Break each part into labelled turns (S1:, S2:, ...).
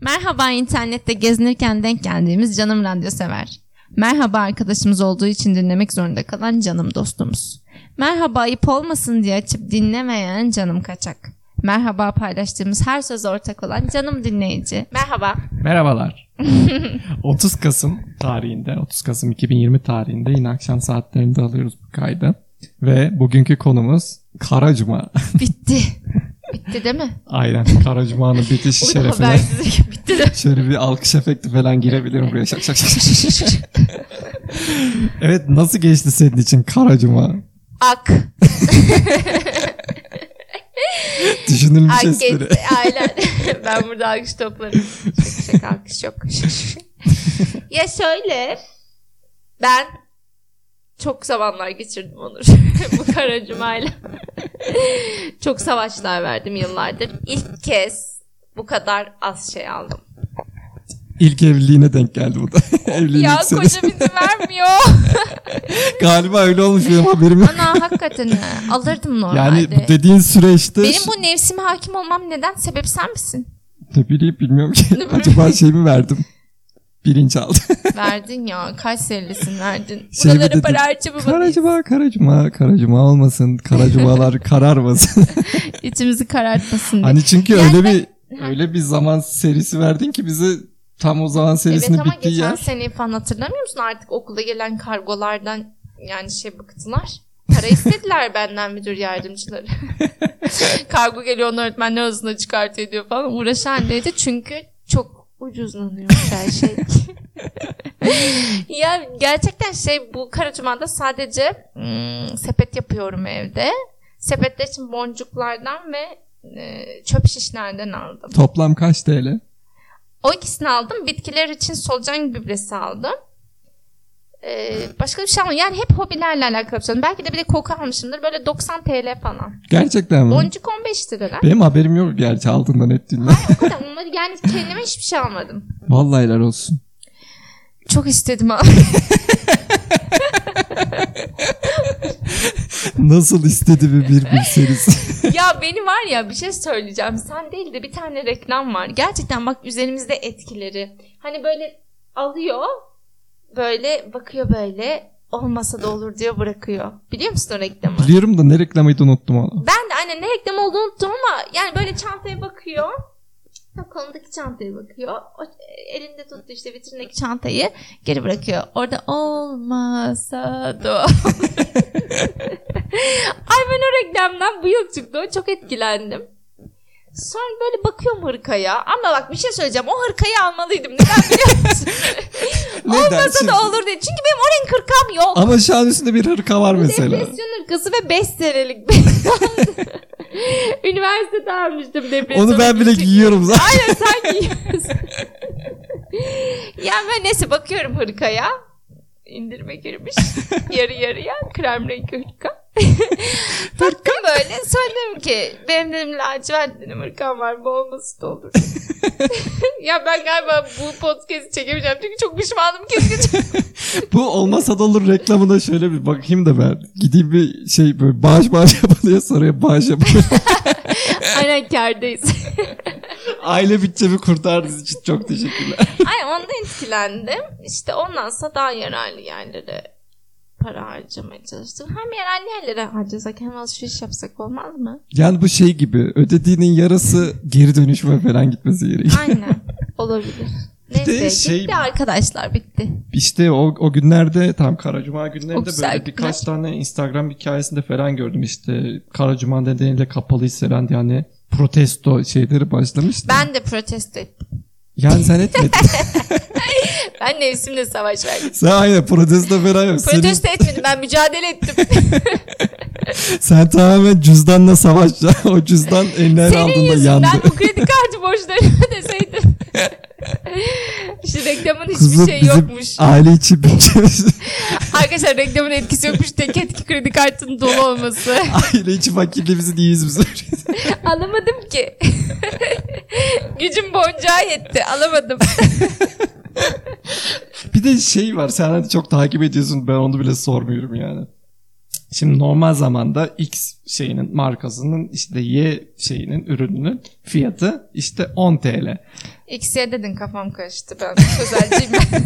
S1: Merhaba internette gezinirken denk geldiğimiz canım radyo sever. Merhaba arkadaşımız olduğu için dinlemek zorunda kalan canım dostumuz. Merhaba ayıp olmasın diye açıp dinlemeyen canım kaçak. Merhaba paylaştığımız her söz ortak olan canım dinleyici. Merhaba.
S2: Merhabalar. 30 Kasım tarihinde, 30 Kasım 2020 tarihinde yine akşam saatlerinde alıyoruz bu kaydı. Ve bugünkü konumuz Karacuma.
S1: Bitti. Bitti değil mi?
S2: Aynen Karacuma'nın bitiş
S1: Bu
S2: şerefine.
S1: habersizlik bitti de.
S2: Şöyle bir alkış efekti falan girebilirim buraya. Şak şak şak şak şak şak. evet nasıl geçti senin için Karacuma?
S1: Ak.
S2: Düşünülmüş
S1: Ak
S2: espri.
S1: geçti. Aynen. ben burada alkış toplarım. Şaka şaka alkış yok. ya şöyle. Ben çok zamanlar geçirdim Onur. Bu kara cumayla. çok savaşlar verdim yıllardır. İlk kez bu kadar az şey aldım.
S2: İlk evliliğine denk geldi bu da. Evliliğin
S1: ya
S2: ilk senesi.
S1: kocam izin vermiyor.
S2: Galiba öyle olmuş benim haberim yok.
S1: Ana hakikaten ha. alırdım normalde.
S2: Yani bu dediğin süreçte
S1: benim bu nefsime hakim olmam neden? Sebep sen misin?
S2: Ne bileyim bilmiyorum ki.
S1: Değil mi?
S2: Acaba şey mi verdim? Bilinçaltı.
S1: Verdin ya. Kayserilisin verdin.
S2: Şey mi
S1: Buralara
S2: dedin?
S1: para harcamamalıyız.
S2: Karacuma, karacuma, karacuma olmasın. Karacumalar kararmasın.
S1: İçimizi karartmasın diye.
S2: hani çünkü
S1: Yani
S2: öyle bir öyle bir zaman serisi verdin ki bize tam o zaman serisinin
S1: Evet ama
S2: bittiği
S1: geçen
S2: yer.
S1: seneyi falan hatırlamıyor musun? Artık okula gelen kargolardan yani şey bıktılar. Para istediler benden müdür yardımcıları. Kargo geliyor onu öğretmenler arasında çıkartıyor diyor falan. Uğraşan neydi? Çünkü çok ucuzlanıyormuş her şey. ya gerçekten şey bu Karacuman'da sadece hmm, sepet yapıyorum evde. Sepetler için boncuklardan ve e, çöp şişlerden aldım.
S2: Toplam kaç TL?
S1: O ikisini aldım. Bitkiler için solucan gübresi aldım. Ee, başka bir şey almadım. Yani hep hobilerle alakalı bir şey aldım. Belki de bir de koku almışımdır. Böyle 90 TL falan.
S2: Gerçekten mi?
S1: Boncuk 15 lira lan.
S2: Benim haberim yok gerçi altından ettiğinden.
S1: O kadar. Onları yani kendime hiçbir şey almadım.
S2: Vallahi helal olsun.
S1: Çok istedim ha.
S2: Nasıl istedi bir bir bir serisi.
S1: ya beni var ya bir şey söyleyeceğim. Sen değil de bir tane reklam var. Gerçekten bak üzerimizde etkileri. Hani böyle alıyor. Böyle bakıyor böyle. Olmasa da olur diyor bırakıyor. Biliyor musun o reklamı?
S2: Biliyorum da ne reklamıydı unuttum onu.
S1: Ben de anne ne reklam olduğunu unuttum ama yani böyle çantaya bakıyor. Ha, Kolundaki çantaya bakıyor. O, e, elinde tuttu işte vitrindeki çantayı geri bırakıyor. Orada olmasa da. Ay ben o reklamdan bu yıl çıktı. O Çok etkilendim. Sonra böyle bakıyorum hırkaya. Ama bak bir şey söyleyeceğim. O hırkayı almalıydım. Neden biliyor musun?
S2: Neden
S1: olmasa
S2: şimdi?
S1: da olur diye. Çünkü benim o renk hırkam yok.
S2: Ama şu an üstünde bir hırka var mesela.
S1: Depresyon hırkası ve 5 senelik. Üniversitede almıştım depresyon.
S2: Onu ben bile
S1: hırkası.
S2: giyiyorum zaten.
S1: Aynen sen giyiyorsun. yani ben neyse bakıyorum hırkaya. İndirme girmiş. Yarı yarıya krem rengi hırka. Taktım böyle. Söyledim ki benim dedim lacivert dedim hırkam var. Bu olması da olur. ya ben galiba bu podcast'i çekemeyeceğim. Çünkü çok pişmanım. Keşke
S2: Bu olmasa da olur reklamına şöyle bir bakayım da ben. Gideyim bir şey böyle bağış bağış yapın diye soruyor bağış yapın.
S1: Aynen kardayız.
S2: Aile bütçemi kurtardığınız için çok teşekkürler.
S1: Ay ondan etkilendim. İşte ondansa daha yararlı yerlere para harcamaya çalıştım. Hem yararlı yerlere harcasak hem alışveriş yapsak olmaz mı?
S2: Yani bu şey gibi ödediğinin yarısı geri dönüşüme falan gitmesi gerekiyor.
S1: Aynen. Olabilir. Neyse
S2: de şey-
S1: bitti arkadaşlar bitti.
S2: İşte o, o günlerde tam Karacuma
S1: O
S2: günlerinde
S1: güzel
S2: böyle birkaç tane Instagram hikayesinde falan gördüm işte. Karacuma nedeniyle kapalı hisseden yani protesto şeyleri başlamıştı.
S1: Ben de protesto ettim.
S2: Yani sen etmedin.
S1: Ben nefsimle savaş verdim.
S2: sen aynen protesto falan yok. Senin-
S1: Protesto etmedim ben mücadele ettim.
S2: Sen tamamen cüzdanla savaş. o cüzdan elinden
S1: Senin
S2: aldığında
S1: yüzünden
S2: yandı.
S1: bu kredi kartı borçlarını ödeseydim. işte reklamın hiçbir
S2: Kızım
S1: şey
S2: bizim Ah.
S1: yokmuş.
S2: aile içi şey- bütçemiz,
S1: Arkadaşlar reklamın etkisi yokmuş. Tek etki kredi kartının dolu olması.
S2: aile içi fakirliğimizin iyi yüzümüzü.
S1: Alamadım ki. Gücüm boncuğa yetti. Alamadım.
S2: bir de şey var sen hani çok takip ediyorsun ben onu bile sormuyorum yani. Şimdi normal zamanda X şeyinin markasının işte Y şeyinin ürününün fiyatı işte 10 TL.
S1: X'ye dedin kafam karıştı ben. Sözelciyim ben.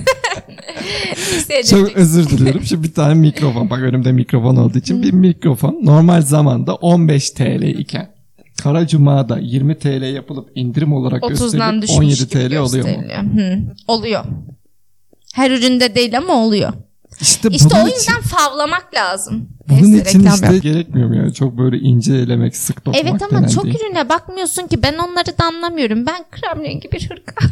S1: X'ye
S2: Çok
S1: dedik.
S2: özür dilerim. Şimdi bir tane mikrofon. Bak önümde mikrofon olduğu için bir mikrofon. Normal zamanda 15 TL iken Kara Cuma'da 20 TL yapılıp indirim olarak
S1: 30'dan
S2: gösterilip
S1: düşmüş
S2: 17
S1: gibi
S2: TL oluyor mu?
S1: gösteriliyor. Hı, oluyor. Her üründe değil ama oluyor.
S2: İşte,
S1: İşte
S2: bunun
S1: o
S2: için,
S1: yüzden favlamak lazım.
S2: bunun
S1: Neyse,
S2: için
S1: reklam
S2: işte
S1: yap-
S2: gerekmiyor mu yani? Çok böyle ince elemek, sık dokumak
S1: Evet ama
S2: denen
S1: çok
S2: değil.
S1: ürüne bakmıyorsun ki ben onları da anlamıyorum. Ben krem rengi bir hırka.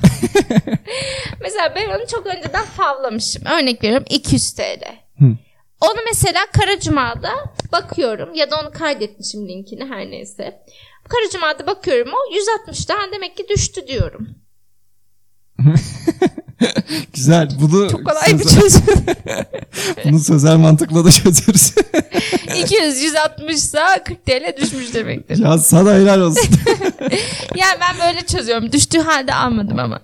S1: mesela ben onu çok önceden favlamışım. Örnek veriyorum 200 TL.
S2: Hı.
S1: Onu mesela Karacuma'da bakıyorum ya da onu kaydetmişim linkini her neyse. Karacuma'da bakıyorum o 160 daha demek ki düştü diyorum.
S2: Güzel. Bunu
S1: Çok kolay bir
S2: sözel-
S1: çözüm.
S2: bunu sözel mantıkla da çözeriz.
S1: 200 160 ise 40 TL düşmüş demektir.
S2: ya sana helal olsun.
S1: Yani ben böyle çözüyorum. Düştüğü halde almadım ama.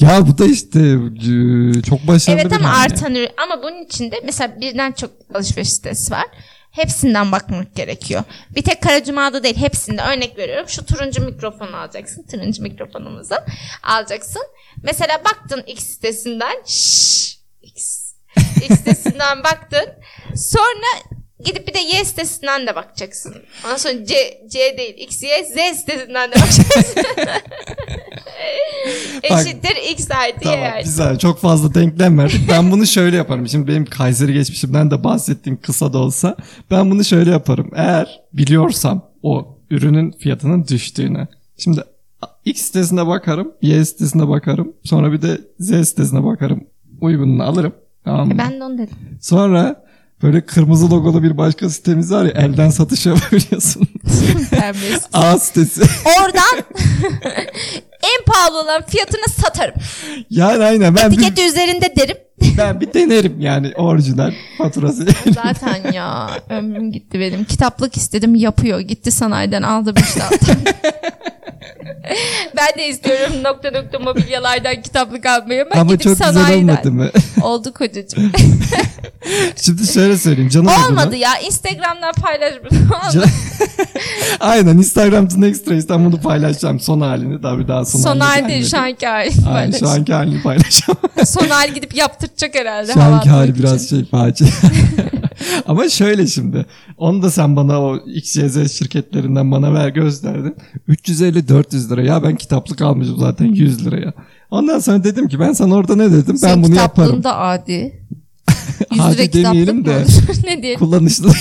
S2: ya bu da işte e, çok başarılı
S1: Evet
S2: bir
S1: ama
S2: hamle.
S1: artan ürün. Ama bunun içinde mesela birden çok alışveriş sitesi var. Hepsinden bakmak gerekiyor. Bir tek Karacuma'da değil hepsinde örnek veriyorum. Şu turuncu mikrofonu alacaksın. Turuncu mikrofonumuzu alacaksın. Mesela baktın X sitesinden. Şşş, X. X sitesinden baktın. Sonra gidip bir de Y sitesinden de bakacaksın. Ondan sonra C, C değil X, Y, Z sitesinden de bakacaksın. Eşittir X artı Y
S2: Tamam
S1: artı.
S2: güzel çok fazla denklem verdik. Ben bunu şöyle yaparım. Şimdi benim Kayseri geçmişimden de bahsettiğim kısa da olsa ben bunu şöyle yaparım. Eğer biliyorsam o ürünün fiyatının düştüğünü. Şimdi X sitesine bakarım, Y sitesine bakarım. Sonra bir de Z sitesine bakarım. Uygununu alırım. Tamam mı?
S1: E Ben de onu dedim.
S2: Sonra böyle kırmızı logolu bir başka sitemiz var ya elden satış yapabiliyorsun.
S1: Terbiyesiz.
S2: A sitesi.
S1: Oradan en pahalı olan fiyatını satarım.
S2: yani aynen ben bir,
S1: Etiketi üzerinde derim.
S2: ben bir denerim yani orijinal faturası.
S1: Zaten ya ömrüm gitti benim. Kitaplık istedim yapıyor. Gitti sanayiden aldı bir şey aldı. ben de istiyorum nokta nokta mobilyalardan kitaplık almayı. Ben
S2: Ama
S1: gidip
S2: çok güzel
S1: sanayiden.
S2: olmadı mı?
S1: Oldu kocacığım.
S2: Şimdi şöyle söyleyeyim canım
S1: Olmadı
S2: adına-
S1: ya. Instagram'dan paylaş bunu. Olmadı.
S2: Can- Aynen Instagram'ın ekstraisten bunu paylaşacağım son halini tabii daha son,
S1: Son
S2: halini
S1: hal değil şu
S2: gelmedi.
S1: anki hali.
S2: Aynen,
S1: paylaş.
S2: şu anki halini paylaşacağım.
S1: Son hal gidip yaptıracak herhalde.
S2: şu anki
S1: havalandırmak
S2: hali biraz şey facia. Ama şöyle şimdi. Onu da sen bana o XYZ şirketlerinden bana ver gösterdin. 350-400 lira. Ya ben kitaplık almışım zaten 100 liraya. Ondan sonra dedim ki ben sana orada ne dedim? ben
S1: Senin
S2: bunu
S1: kitaplığın
S2: yaparım.
S1: da adi.
S2: Adi
S1: Yüz demeyelim
S2: demeyelim de.
S1: de. ne diyelim.
S2: Kullanışlı.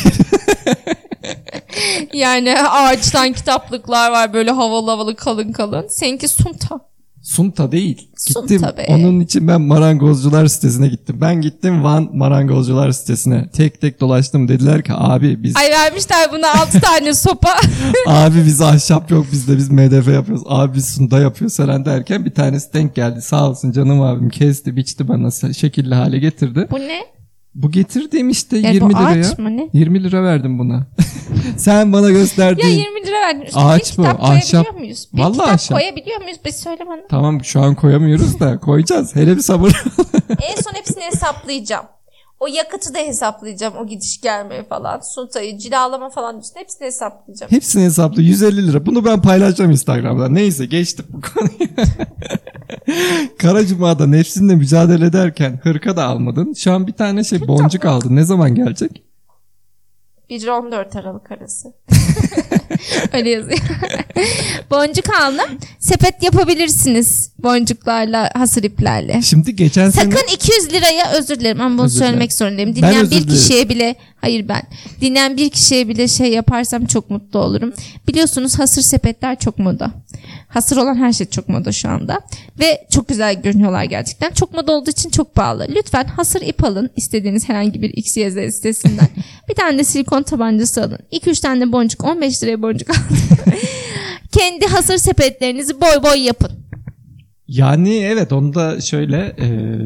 S1: Yani ağaçtan kitaplıklar var böyle havalı havalı kalın kalın. Seninki sunta.
S2: Sunta değil.
S1: Sunta
S2: Gittim.
S1: be.
S2: Onun için ben marangozcular sitesine gittim. Ben gittim Van marangozcular sitesine. Tek tek dolaştım. Dediler ki abi biz
S1: Ay vermişler buna 6 tane sopa.
S2: abi biz ahşap yok bizde biz MDF yapıyoruz. Abi biz sunta yapıyoruz falan derken bir tanesi denk geldi. Sağ olsun canım abim kesti biçti bana se- şekilli hale getirdi.
S1: Bu ne?
S2: Bu getirdiğim işte
S1: Yani
S2: 20
S1: E, bu
S2: liraya.
S1: ağaç mı ne?
S2: 20 lira verdim buna. Sen bana
S1: Ya
S2: gösterdiğin.
S1: 20 lira verdim. Üstüne
S2: Ağaç
S1: bir
S2: bu,
S1: kitap
S2: ahşap.
S1: koyabiliyor muyuz? Bir
S2: Vallahi
S1: kitap
S2: ahşap.
S1: koyabiliyor muyuz? Bir söyle bana.
S2: Tamam şu an koyamıyoruz da koyacağız. Hele bir sabır.
S1: en son hepsini hesaplayacağım. O yakıtı da hesaplayacağım. O gidiş gelme falan. Suntayı, cilalama falan üstüne hepsini hesaplayacağım.
S2: Hepsini hesaplı 150 lira. Bunu ben paylaşacağım Instagram'dan. Neyse geçtik bu konuyu. Kara Cuma'da nefsinle mücadele ederken hırka da almadın. Şu an bir tane şey boncuk aldın. Ne zaman gelecek?
S1: 1 ile 14 Aralık arası. Öyle yazıyor. Boncuk aldım. Sepet yapabilirsiniz boncuklarla, hasır iplerle.
S2: Şimdi geçen sene...
S1: Sakın 200 liraya özür dilerim ama bunu
S2: Özür dilerim.
S1: söylemek zorundayım.
S2: Ben
S1: Dinleyen
S2: özür
S1: bir
S2: dilerim.
S1: kişiye bile hayır ben. Dinleyen bir kişiye bile şey yaparsam çok mutlu olurum. Biliyorsunuz hasır sepetler çok moda. Hasır olan her şey çok moda şu anda. Ve çok güzel görünüyorlar gerçekten. Çok moda olduğu için çok pahalı. Lütfen hasır ip alın istediğiniz herhangi bir XYZ sitesinden. bir tane de silikon tabancası alın. 2-3 tane de boncuk 15 liraya boncuk alın. Kendi hasır sepetlerinizi boy boy yapın.
S2: Yani evet onu da şöyle eee,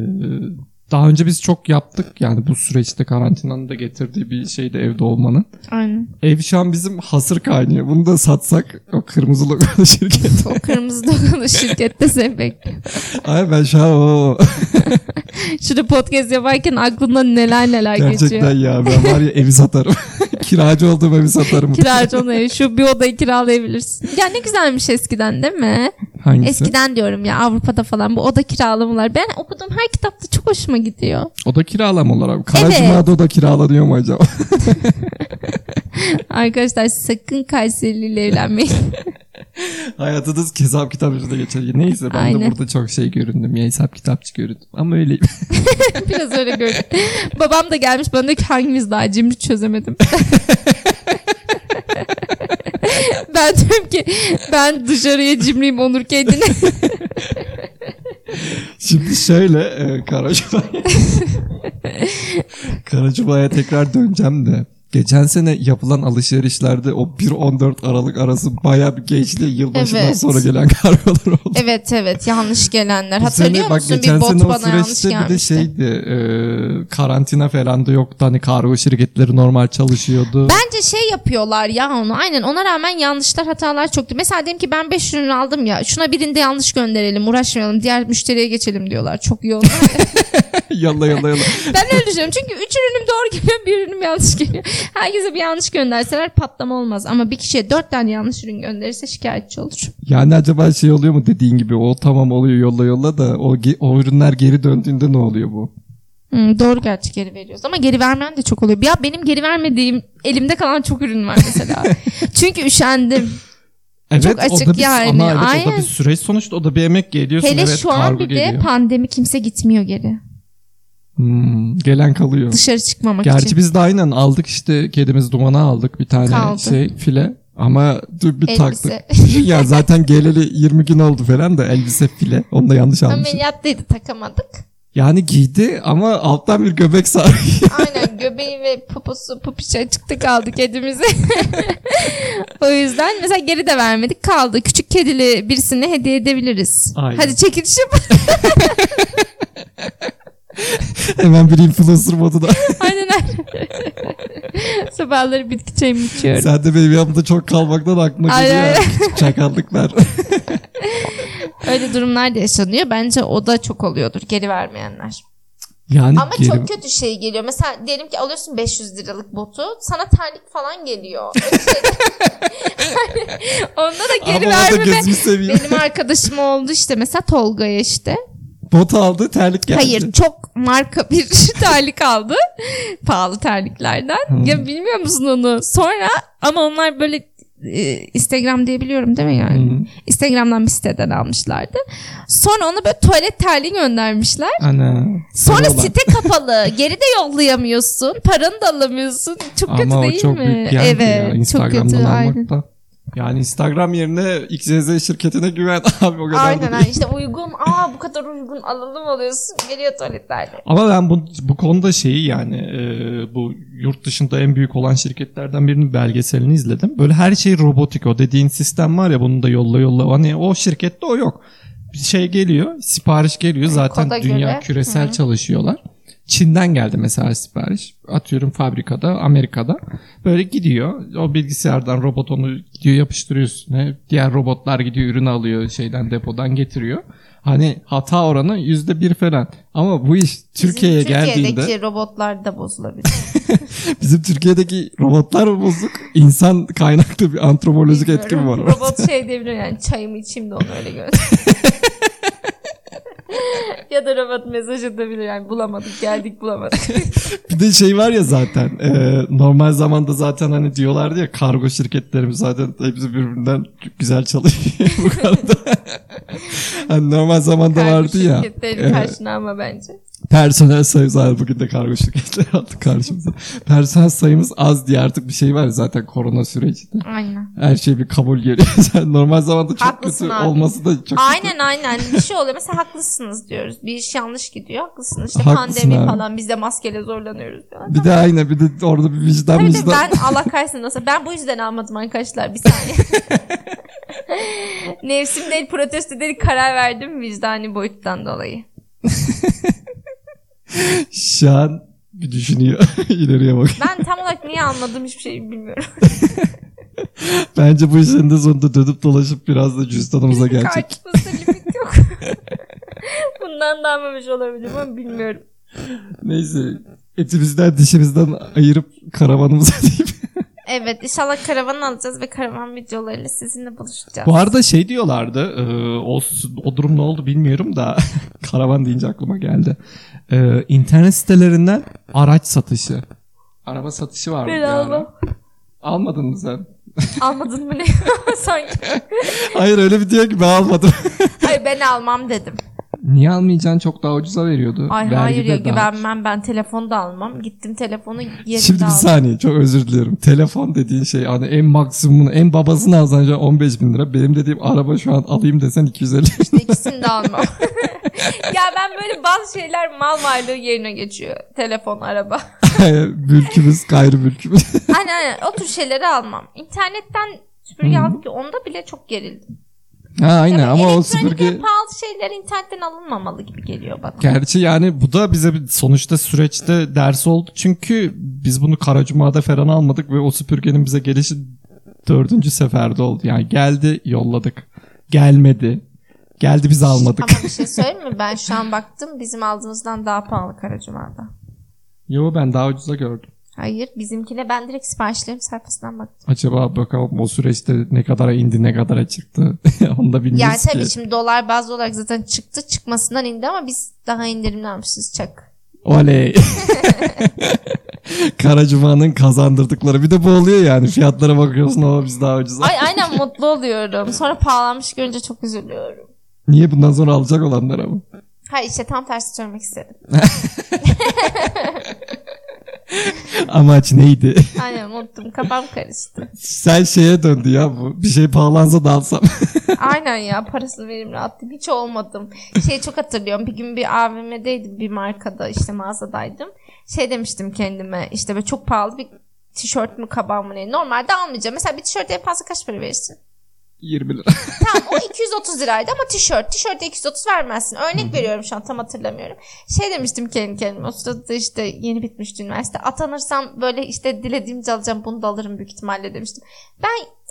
S2: daha önce biz çok yaptık. Yani bu süreçte karantinanın da getirdiği bir şeydi evde olmanın.
S1: Aynen.
S2: Ev şu an bizim hasır kaynıyor. Bunu da satsak o kırmızı logo şirket.
S1: O kırmızı dokulu şirkette seni bekliyor.
S2: Ay ben şu an o.
S1: Şurada podcast yaparken aklımda neler neler
S2: Gerçekten
S1: geçiyor.
S2: ya ben var ya evi satarım. Kiracı olduğum evi satarım.
S1: Kiracı ona ev, şu bir odayı kiralayabilirsin. Ya ne güzelmiş eskiden değil mi?
S2: Hangisi?
S1: Eskiden diyorum ya Avrupa'da falan bu oda kiralamalar. Ben okuduğum her kitapta çok hoşuma gidiyor.
S2: Oda kiralamalar abi. Kara
S1: Evet.
S2: Cuma'da oda kiralanıyor mu acaba?
S1: Arkadaşlar sakın Kayseriliyle evlenmeyin.
S2: Hayatınız hesap kitapçıda geçer. Neyse ben de
S1: Aynen.
S2: burada çok şey göründüm ya hesap kitapçı göründüm. Ama öyleyim.
S1: Biraz öyle gördüm. Babam da gelmiş bana diyor ki hangimiz daha cimri çözemedim. ben diyorum ki ben dışarıya cimriyim Onur kendine.
S2: Şimdi şöyle e, Karacuba'ya Karacuba'ya tekrar döneceğim de. Geçen sene yapılan alışverişlerde o 1-14 Aralık arası bayağı bir geçti. Yılbaşından
S1: Evet.
S2: sonra gelen kargolar oldu.
S1: evet evet yanlış gelenler.
S2: Bu
S1: Hatırlıyor
S2: sene,
S1: musun?
S2: hani Bak geçen
S1: bir bot
S2: sene o
S1: bana yanlış
S2: süreçte bir de
S1: gelmişti.
S2: şeydi e, karantina falan da yoktu. Hani kargo şirketleri normal çalışıyordu.
S1: Bence şey yapıyorlar ya onu. Aynen ona rağmen yanlışlar hatalar çoktu. Mesela diyelim ki ben 5 ürün aldım ya. Şuna birinde yanlış gönderelim uğraşmayalım. Diğer müşteriye geçelim diyorlar. Çok iyi oldu.
S2: yalla yalla yalla.
S1: ben öyle düşünüyorum. Çünkü 3 ürünüm doğru geliyor. Bir ürünüm yanlış geliyor. Herkese bir yanlış gönderseler patlama olmaz. Ama bir kişiye 4 tane yanlış ürün gönderirse şikayetçi olur.
S2: Yani acaba şey oluyor mu dediğin gibi o tamam oluyor yolla yolla da o, ge- o ürünler geri döndüğünde ne oluyor bu?
S1: Hmm, doğru gerçi geri veriyoruz ama geri vermeyen de çok oluyor. Ya benim geri vermediğim elimde kalan çok ürün var mesela. Çünkü üşendim.
S2: Evet,
S1: Çok açık
S2: o da bir,
S1: yani,
S2: Ama evet, o da
S1: aynen.
S2: bir süreç sonuçta o da bir emek geliyorsun.
S1: Hele
S2: evet,
S1: şu an
S2: kargo
S1: bir de
S2: geliyor.
S1: pandemi kimse gitmiyor geri.
S2: Hmm, gelen kalıyor.
S1: Dışarı çıkmamak için.
S2: Gerçi biz de aynen aldık işte kedimiz dumana aldık bir tane
S1: Kaldı.
S2: şey file. Ama dur bir
S1: Elbise.
S2: taktık. Düşün ya zaten geleli 20 gün oldu falan da elbise file. Onu da yanlış almışım.
S1: Ameliyattaydı takamadık.
S2: Yani giydi ama alttan bir göbek sarıyor.
S1: Aynen göbeği ve poposu popişe çıktı kaldı kedimize. o yüzden mesela geri de vermedik kaldı. Küçük kedili birisine hediye edebiliriz.
S2: Aynen.
S1: Hadi çekiliş yap.
S2: Hemen bir influencer moduna.
S1: Aynen aynen. Sabahları bitki çayımı içiyorum.
S2: Sen de benim yanımda çok kalmaktan aklına
S1: Ay,
S2: geliyor.
S1: ay, ay.
S2: Küçük çakallıklar.
S1: Öyle durumlar da yaşanıyor. Bence o da çok oluyordur geri vermeyenler.
S2: Yani
S1: Ama
S2: geri-
S1: çok kötü şey geliyor. Mesela diyelim ki alıyorsun 500 liralık botu. Sana terlik falan geliyor. Öyle şey- Yani onda da geri
S2: Ama o da
S1: vermeme.
S2: gözümü seviyor.
S1: Benim arkadaşım oldu işte mesela Tolga'ya işte.
S2: Bot aldı terlik geldi.
S1: Hayır çok marka bir terlik aldı. Pahalı terliklerden.
S2: Hmm.
S1: Ya bilmiyor musun onu? Sonra ama onlar böyle e, Instagram diyebiliyorum değil mi yani?
S2: Hı.
S1: Instagram'dan bir siteden almışlardı. Sonra ona böyle tuvalet terliği göndermişler.
S2: Ana.
S1: Sonra
S2: Ulan.
S1: site kapalı. Geri de yollayamıyorsun. Paranı da alamıyorsun. Çok kötü
S2: Ama o
S1: değil
S2: çok
S1: mi?
S2: büyük geldi ya Instagram'dan
S1: kötü,
S2: almak
S1: aynen.
S2: da. Yani Instagram yerine XZ şirketine güven abi o kadar da
S1: Aynen
S2: değil.
S1: aynen işte uygun. Aa bu kadar uygun alalım alıyorsun. Geliyor tuvaletlerde.
S2: Ama ben bu, bu konuda şeyi yani e, bu yurt dışında en büyük olan şirketlerden birinin belgeselini izledim. Böyle her şey robotik o dediğin sistem var ya bunu da yolla yolla. Hani o şirkette o yok. Bir şey geliyor sipariş geliyor zaten
S1: koda
S2: dünya
S1: göre.
S2: küresel çalışıyorlar. Çin'den geldi mesela sipariş. Atıyorum fabrikada, Amerika'da. Böyle gidiyor. O bilgisayardan robot onu gidiyor yapıştırıyor üstüne. Diğer robotlar gidiyor ürünü alıyor şeyden depodan getiriyor. Hani hata oranı yüzde bir falan. Ama bu iş Türkiye'ye geldiğinde
S1: Türkiye'deki robotlar da bozulabilir.
S2: bizim Türkiye'deki robotlar mı bozuk? İnsan kaynaklı bir antropolojik
S1: Bilmiyorum.
S2: etkin var. orada.
S1: Robot şey diyebilir yani çayımı içeyim de onu öyle gör. ya da robot mesaj atabilir yani bulamadık geldik bulamadık.
S2: Bir de şey var ya zaten e, normal zamanda zaten hani diyorlardı ya kargo şirketlerimiz zaten hepsi birbirinden çok güzel çalışıyor bu konuda. hani normal zamanda vardı
S1: Karşı
S2: ya.
S1: şirketlerin
S2: e,
S1: karşına ama bence.
S2: personel sayımız abi bugün de kargo şirketleri aldı karşımıza. personel sayımız az diye artık bir şey var ya zaten korona sürecinde.
S1: Aynen.
S2: Her şey bir kabul geliyor. Yani normal zamanda çok
S1: Haklısın
S2: kötü
S1: abi.
S2: olması da çok kötü.
S1: Aynen aynen bir şey oluyor mesela haklısınız diyoruz bir iş yanlış gidiyor haklısınız işte
S2: Haklısın
S1: pandemi
S2: abi.
S1: falan biz de maskeyle zorlanıyoruz. falan.
S2: Bir de aynen bir de orada bir vicdan
S1: Tabii tabii
S2: vicdan.
S1: ben Allah kahretsin nasıl ben bu yüzden almadım arkadaşlar bir saniye. Nefsim değil protesto değil karar verdim vicdani boyuttan dolayı.
S2: Şu an bir düşünüyor. ileriye bak.
S1: Ben tam olarak niye anladım hiçbir şey bilmiyorum.
S2: Bence bu işin de sonunda dönüp dolaşıp biraz da cüzdanımıza gelecek.
S1: Karşımızda limit yok. Bundan da anlamış olabilirim ama bilmiyorum.
S2: Neyse etimizden dişimizden ayırıp karavanımıza deyip
S1: Evet inşallah karavan alacağız ve karavan videolarıyla sizinle buluşacağız.
S2: Bu arada şey diyorlardı. e, o, o durum ne oldu bilmiyorum da karavan deyince aklıma geldi. E, internet sitelerinden araç satışı. Araba satışı vardı.
S1: Ben
S2: bir ara.
S1: almam.
S2: Almadın mı sen?
S1: Almadın mı ne? Sanki.
S2: Hayır öyle bir diyor ki ben almadım.
S1: Hayır ben almam dedim.
S2: Niye almayacaksın çok daha ucuza veriyordu.
S1: Ay
S2: Vergi
S1: hayır ya
S2: de dahil.
S1: güvenmem ben telefonu da almam. Gittim telefonu yerinde
S2: Şimdi bir
S1: aldım.
S2: saniye çok özür dilerim. Telefon dediğin şey hani en maksimumunu en babasını alsan şu an 15 bin lira. Benim dediğim araba şu an alayım desen 250
S1: İşte ikisini de almam. ya ben böyle bazı şeyler mal varlığı yerine geçiyor. Telefon, araba.
S2: mülkümüz gayrı mülkümüz.
S1: aynen aynen o tür şeyleri almam. İnternetten süpürge aldım ki onda bile çok gerildim.
S2: ha aynen
S1: Ya bu
S2: ama o
S1: elektronik ve
S2: süpürge
S1: pahalı şeyler internetten alınmamalı gibi geliyor bana.
S2: Gerçi yani bu da bize bir- sonuçta süreçte ders oldu. Çünkü biz bunu Karacuma'da falan almadık ve o süpürgenin bize gelişi dördüncü seferde oldu. Yani geldi yolladık. Gelmedi. Geldi biz almadık.
S1: Ama bir şey söyleyeyim mi? Ben şu an baktım bizim aldığımızdan daha pahalı Karacuma'da.
S2: Yo ben daha ucuza gördüm.
S1: Hayır bizimkine ben direkt siparişlerim sayfasından baktım.
S2: Acaba bakalım o süreçte ne kadara indi ne kadara çıktı. Onu da bilmiyoruz
S1: Yani tabii
S2: ki.
S1: şimdi dolar bazı olarak zaten çıktı çıkmasından indi ama biz daha indirimli almışız çak.
S2: Oley. Karacuma'nın kazandırdıkları. Bir de bu oluyor yani. Fiyatlara bakıyorsun ama biz daha ucuza.
S1: Ay aynen mutlu oluyorum. Sonra pahalanmış görünce çok üzülüyorum.
S2: Niye bundan sonra alacak olanlara mı?
S1: Hayır işte tam tersi söylemek istedim.
S2: Amaç neydi?
S1: Aynen unuttum kafam karıştı.
S2: Sen şeye döndü ya bu. Bir şey pahalansa da alsam.
S1: Aynen ya parasını verim rahattım. Hiç olmadım. Şey çok hatırlıyorum. Bir gün bir AVM'deydim bir markada işte mağazadaydım. Şey demiştim kendime işte böyle çok pahalı bir tişört mü kaban mı ne. Normalde almayacağım. Mesela bir tişörte en fazla kaç para verirsin?
S2: 20 lira.
S1: Tamam o 230 liraydı ama tişört. Tişörte 230 vermezsin. Örnek veriyorum şu an tam hatırlamıyorum. Şey demiştim kendi kendime. O sırada da işte yeni bitmişti üniversite. Atanırsam böyle işte dilediğimce alacağım bunu da alırım büyük ihtimalle demiştim. Ben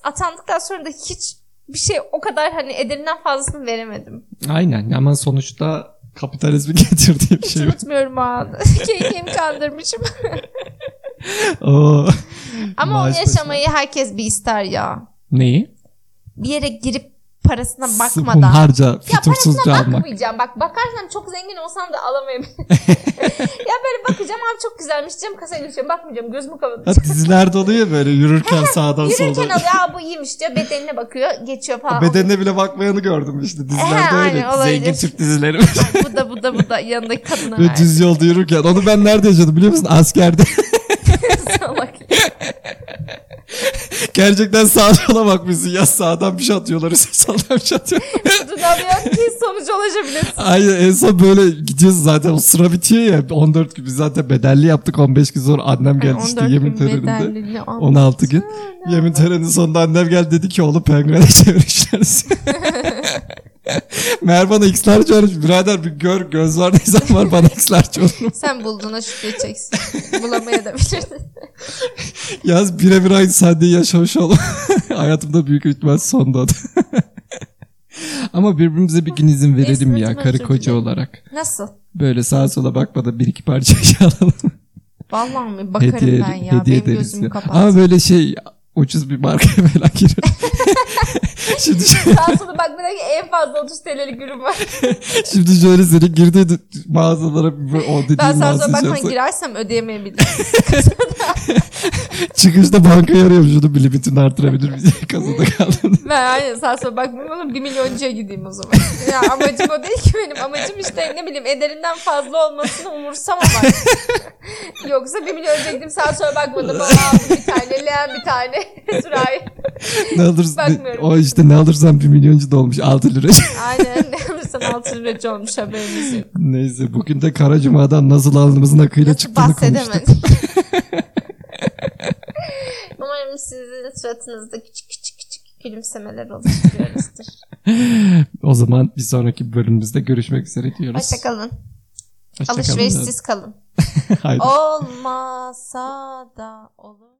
S1: atandıktan sonra da hiç bir şey o kadar hani ederinden fazlasını veremedim.
S2: Aynen ama sonuçta kapitalizmi getirdiği bir
S1: Hiç
S2: şey.
S1: unutmuyorum o anı. Kendimi kandırmışım.
S2: Oo.
S1: Ama
S2: Maaş
S1: onu yaşamayı herkes bir ister ya.
S2: Neyi?
S1: Bir yere girip parasına
S2: Sıfır
S1: bakmadan.
S2: harca,
S1: Ya
S2: fütursuzca
S1: parasına
S2: almak.
S1: bakmayacağım. Bak bakarsam çok zengin olsam da alamayabilirim. ya böyle bakacağım abi çok güzelmiş. Cem kasaya geçiyorum. Bakmayacağım. Gözümü
S2: Ha,
S1: kapatacağım.
S2: dizilerde oluyor böyle yürürken sağdan
S1: Yürürken
S2: soldan.
S1: alıyor. Aa bu iyiymiş diyor. Bedenine bakıyor. Geçiyor falan.
S2: Bedenine bile bakmayanı gördüm işte dizilerde
S1: He,
S2: öyle.
S1: aynen, olabilir.
S2: Zengin Türk dizileri.
S1: Ay, bu da bu da bu da yanındaki kadına
S2: Böyle
S1: verdi.
S2: düz yolda yürürken. Onu ben nerede yaşadım biliyor musun? Askerde.
S1: Salak.
S2: Gerçekten sağa sola bakmışsın. Ya sağdan bir şey atıyorlar. üstüne Soldan bir şey atıyorlar.
S1: Dudamıyor ki sonuca ulaşabilirsin.
S2: Aynen en son böyle gidiyorsun zaten o sıra bitiyor ya 14 gün biz zaten bedelli yaptık 15 gün sonra annem geldi işte yemin töreninde 16 gün yemin töreni sonunda annem geldi dedi ki oğlum penguene çevirmişler seni." Mervan'a x'ler çağırmış birader bir gör göz var neyse var bana x'ler çağırmış
S1: Sen bulduğuna şükredeceksin. Bulamaya da bilirsin.
S2: yaz birebir aynı sahneyi yaşamış oğlum hayatımda büyük ihtimal sonda ama birbirimize bir gün izin verelim
S1: Neyse,
S2: ya
S1: özür
S2: karı koca
S1: dilerim.
S2: olarak
S1: Nasıl?
S2: böyle sağa sola bakmadan bir iki parça şey alalım
S1: Vallahi mi? Bakarım
S2: hediye,
S1: ben ya.
S2: hediye
S1: Benim
S2: ederiz
S1: gözümü
S2: ya.
S1: kapat.
S2: Ama böyle şey ucuz bir marka falan girer. şimdi, şö-
S1: Sağ sola bak bir dakika en fazla 30 TL'lik ürün var.
S2: şimdi şöyle senin girdiğin mağazalara bir- o dediğin
S1: Ben sana
S2: mağazaya
S1: sonra bakma
S2: şey
S1: girersem ödeyemeyebilirim.
S2: Çıkışta bankaya arıyorum şunu bir limitini artırabilir miyiz? Kasada kaldım.
S1: ben aynen sana sonra bakmayayım oğlum 1 milyoncuya gideyim o zaman. ya amacım o değil ki benim. Amacım işte ne bileyim ederinden fazla olmasını umursamamak. Yoksa 1 milyoncuya gideyim sağa sonra bakmadım. Aa, aldım bir tane leğen bir tane sürahi.
S2: ne alırsın?
S1: Bakmıyorum.
S2: o işte ne alırsan bir milyoncu da olmuş 6 lira.
S1: Aynen ne alırsan altın reç olmuş haberimiz yok.
S2: Neyse bugün de Kara Cuma'dan nasıl alnımızın akıyla
S1: Nasıl
S2: çıktığını konuştuk.
S1: bahsedemedim. Umarım sizin suratınızda küçük küçük küçük gülümsemeler oluşturuyoruzdur.
S2: O zaman bir sonraki bölümümüzde görüşmek üzere diyoruz.
S1: Hoşçakalın.
S2: Hoşça kalın.
S1: Alışverişsiz kalın.
S2: Haydi.
S1: Olmasa da olur.